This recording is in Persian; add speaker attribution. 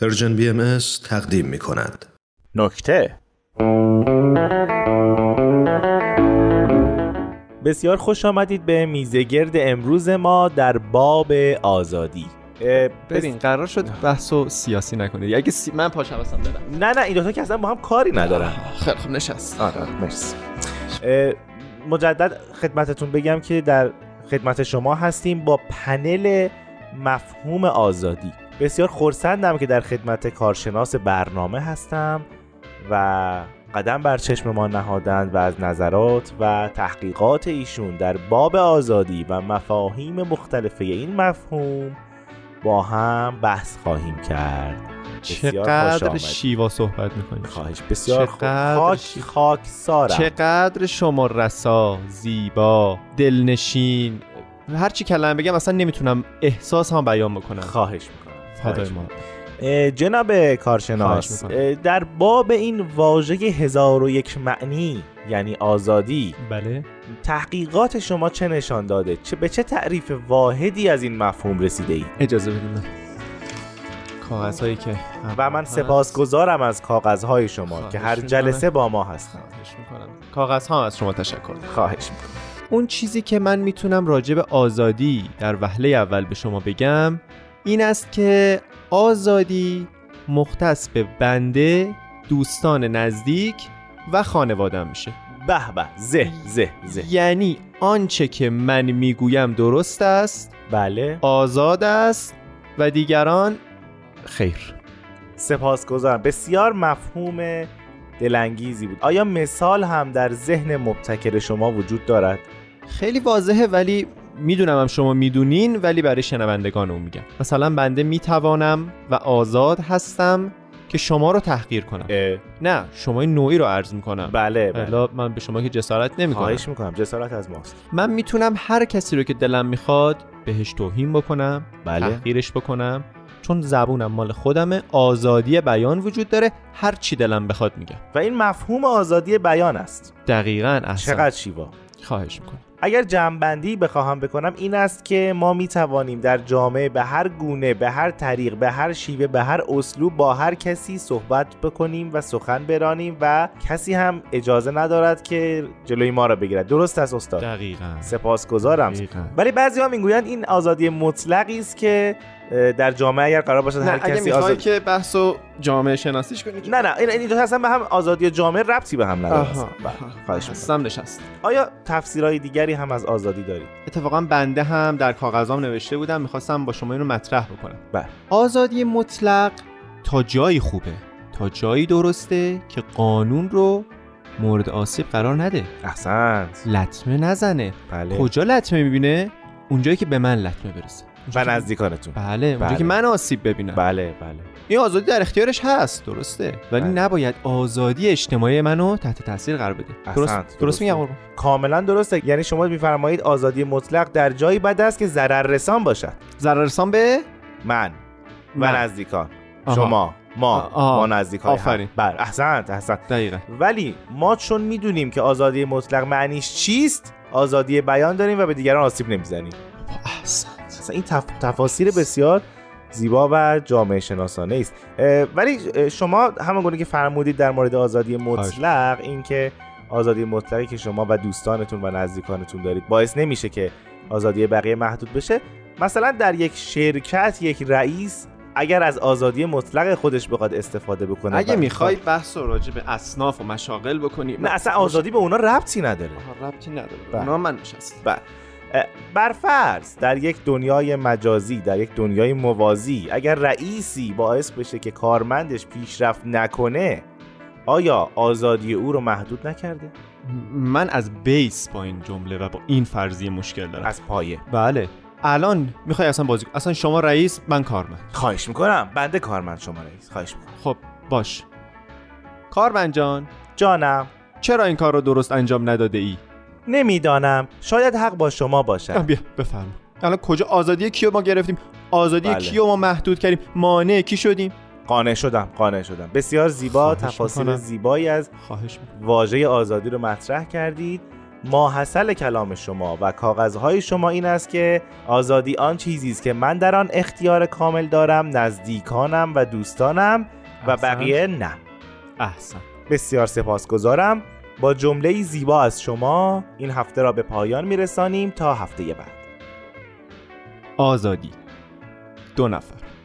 Speaker 1: پرژن بی ام از تقدیم می کند.
Speaker 2: نکته بسیار خوش آمدید به میزه گرد امروز ما در باب آزادی اه، بس-
Speaker 3: ببین قرار شد بحثو سیاسی نکنه اگه سی... من پاشم اصلا برم
Speaker 2: نه نه این دوتا که اصلا با هم کاری ندارن
Speaker 3: خیلی خب نشست
Speaker 2: آره مرسی اه، مجدد خدمتتون بگم که در خدمت شما هستیم با پنل مفهوم آزادی بسیار خورسندم که در خدمت کارشناس برنامه هستم و قدم بر چشم ما نهادند و از نظرات و تحقیقات ایشون در باب آزادی و مفاهیم مختلفه این مفهوم با هم بحث خواهیم کرد بسیار خوش
Speaker 3: چقدر
Speaker 2: آمدید.
Speaker 3: شیوا صحبت میکنی
Speaker 2: خواهش بسیار خوب.
Speaker 3: چقدر
Speaker 2: خاک
Speaker 3: شی-
Speaker 2: خاک سارم
Speaker 3: چقدر شما رسا زیبا دلنشین هر چی کلمه بگم اصلا نمیتونم احساس هم بیان بکنم
Speaker 2: خواهش میکنم
Speaker 3: فدای ما
Speaker 2: جناب
Speaker 3: کارشناس،
Speaker 2: کارشناس در باب این واژه هزار و یک معنی یعنی آزادی
Speaker 3: بله
Speaker 2: تحقیقات شما چه نشان داده چه به چه تعریف واحدی از این مفهوم رسیده اید
Speaker 3: اجازه بدید من کاغذ هایی که
Speaker 2: و من سپاسگزارم از کاغذهای شما که هر
Speaker 3: خب، خواهش
Speaker 2: جلسه با ما هستند
Speaker 3: خواهش میکنم کاغذ ها هم از شما تشکر می‌کنم.
Speaker 2: خواهش میکنم
Speaker 3: اون چیزی که من میتونم راجع به آزادی در وهله اول به شما بگم این است که آزادی مختص به بنده دوستان نزدیک و خانوادم میشه
Speaker 2: به به زه زه زه
Speaker 3: یعنی آنچه که من میگویم درست است
Speaker 2: بله
Speaker 3: آزاد است و دیگران خیر
Speaker 2: سپاسگزارم بسیار مفهوم دلانگیزی بود آیا مثال هم در ذهن مبتکر شما وجود دارد
Speaker 3: خیلی واضحه ولی میدونم هم شما میدونین ولی برای شنوندگان اون میگم مثلا بنده میتوانم و آزاد هستم که شما رو تحقیر کنم
Speaker 2: اه،
Speaker 3: نه شما این نوعی رو عرض میکنم
Speaker 2: بله بله
Speaker 3: حالا من به شما که جسارت نمیکنم
Speaker 2: خواهش میکنم جسارت از ماست
Speaker 3: من میتونم هر کسی رو که دلم میخواد بهش توهین بکنم تحقیرش بکنم چون زبونم مال خودمه آزادی بیان وجود داره هر چی دلم بخواد میگم
Speaker 2: و این مفهوم آزادی بیان است
Speaker 3: دقیقا احسن
Speaker 2: چقدر شیوا
Speaker 3: خواهش میکنم
Speaker 2: اگر جمعبندی بخواهم بکنم این است که ما می توانیم در جامعه به هر گونه به هر طریق به هر شیوه به هر اسلوب با هر کسی صحبت بکنیم و سخن برانیم و کسی هم اجازه ندارد که جلوی ما را بگیرد درست است استاد
Speaker 3: دقیقا
Speaker 2: سپاسگزارم
Speaker 3: دقیقاً.
Speaker 2: ولی بعضی ها میگویند این آزادی مطلقی است که اه، در جامعه اگر قرار باشد هر کسی آزاد
Speaker 3: که بحثو جامعه شناسیش کنی
Speaker 2: نه نه این این دو تا اصلا به هم آزادی جامعه ربطی به هم نداره
Speaker 3: آها
Speaker 2: اصلا. بله، خواهش می‌کنم.
Speaker 3: هستم نشست
Speaker 2: آیا تفسیرهای دیگری هم از آزادی دارید
Speaker 3: اتفاقا بنده هم در کاغذام نوشته بودم میخواستم با شما اینو مطرح بکنم
Speaker 2: بله.
Speaker 3: آزادی مطلق تا جایی خوبه تا جایی درسته که قانون رو مورد آسیب قرار نده
Speaker 2: احسنت
Speaker 3: لطمه نزنه
Speaker 2: بله
Speaker 3: کجا لطمه میبینه اونجایی که به من لطمه برسه
Speaker 2: و نزدیکانتون
Speaker 3: بله اونجا
Speaker 2: بله.
Speaker 3: که من آسیب ببینم
Speaker 2: بله بله
Speaker 3: این آزادی در اختیارش هست درسته ولی
Speaker 2: بله.
Speaker 3: نباید آزادی اجتماعی منو تحت تاثیر قرار بده
Speaker 2: احسنت.
Speaker 3: درست درست
Speaker 2: درسته.
Speaker 3: میگم قربان
Speaker 2: کاملا درسته یعنی شما میفرمایید آزادی مطلق در جایی بد است که ضرر رسان باشد
Speaker 3: ضررسان به
Speaker 2: من و
Speaker 3: من.
Speaker 2: نزدیکان
Speaker 3: آها.
Speaker 2: شما ما
Speaker 3: آه، آه.
Speaker 2: ما نزدیکان هم.
Speaker 3: آفرین.
Speaker 2: بله احسنت احسنت
Speaker 3: دقیقا
Speaker 2: ولی ما چون میدونیم که آزادی مطلق معنیش چیست آزادی بیان داریم و به دیگران آسیب نمیزنیم
Speaker 3: احسنت
Speaker 2: اصلا این تف... تفاسیر بسیار زیبا و جامعه شناسانه است اه، ولی اه، شما همون گونه که فرمودید در مورد آزادی مطلق اینکه آزادی مطلقی که شما و دوستانتون و نزدیکانتون دارید باعث نمیشه که آزادی بقیه محدود بشه مثلا در یک شرکت یک رئیس اگر از آزادی مطلق خودش بخواد استفاده بکنه
Speaker 3: اگه
Speaker 2: و-
Speaker 3: میخوای بحث رو راجع به اصناف و مشاغل بکنی
Speaker 2: نه اصلا آزادی به اونا ربطی نداره
Speaker 3: آها، ربطی نداره
Speaker 2: بله.
Speaker 3: اونا من نشستم
Speaker 2: برفرض در یک دنیای مجازی در یک دنیای موازی اگر رئیسی باعث بشه که کارمندش پیشرفت نکنه آیا آزادی او رو محدود نکرده
Speaker 3: من از بیس با این جمله و با این فرضیه مشکل دارم
Speaker 2: از پایه
Speaker 3: بله الان میخوای اصلا بازی کن- اصلا شما رئیس من کارمند
Speaker 2: خواهش میکنم بنده کارمند شما رئیس خواهش میکنم
Speaker 3: خب باش کارمند جان
Speaker 2: جانم
Speaker 3: چرا این کار رو درست انجام نداده ای
Speaker 2: نمیدانم شاید حق با شما باشد
Speaker 3: بیا بفرم الان کجا آزادی کیو ما گرفتیم آزادی
Speaker 2: بله.
Speaker 3: کیو ما محدود کردیم مانع کی شدیم
Speaker 2: قانع شدم قانع شدم بسیار زیبا
Speaker 3: خواهش
Speaker 2: تفاصیل
Speaker 3: می‌کنم.
Speaker 2: زیبایی از
Speaker 3: خواهش می‌کنم.
Speaker 2: واژه آزادی رو مطرح کردید ماحصل کلام شما و کاغذهای شما این است که آزادی آن چیزی است که من در آن اختیار کامل دارم نزدیکانم و دوستانم و
Speaker 3: احسن.
Speaker 2: بقیه نه
Speaker 3: احسن
Speaker 2: بسیار سپاسگزارم با جمله زیبا از شما این هفته را به پایان میرسانیم تا هفته بعد
Speaker 3: آزادی دو نفر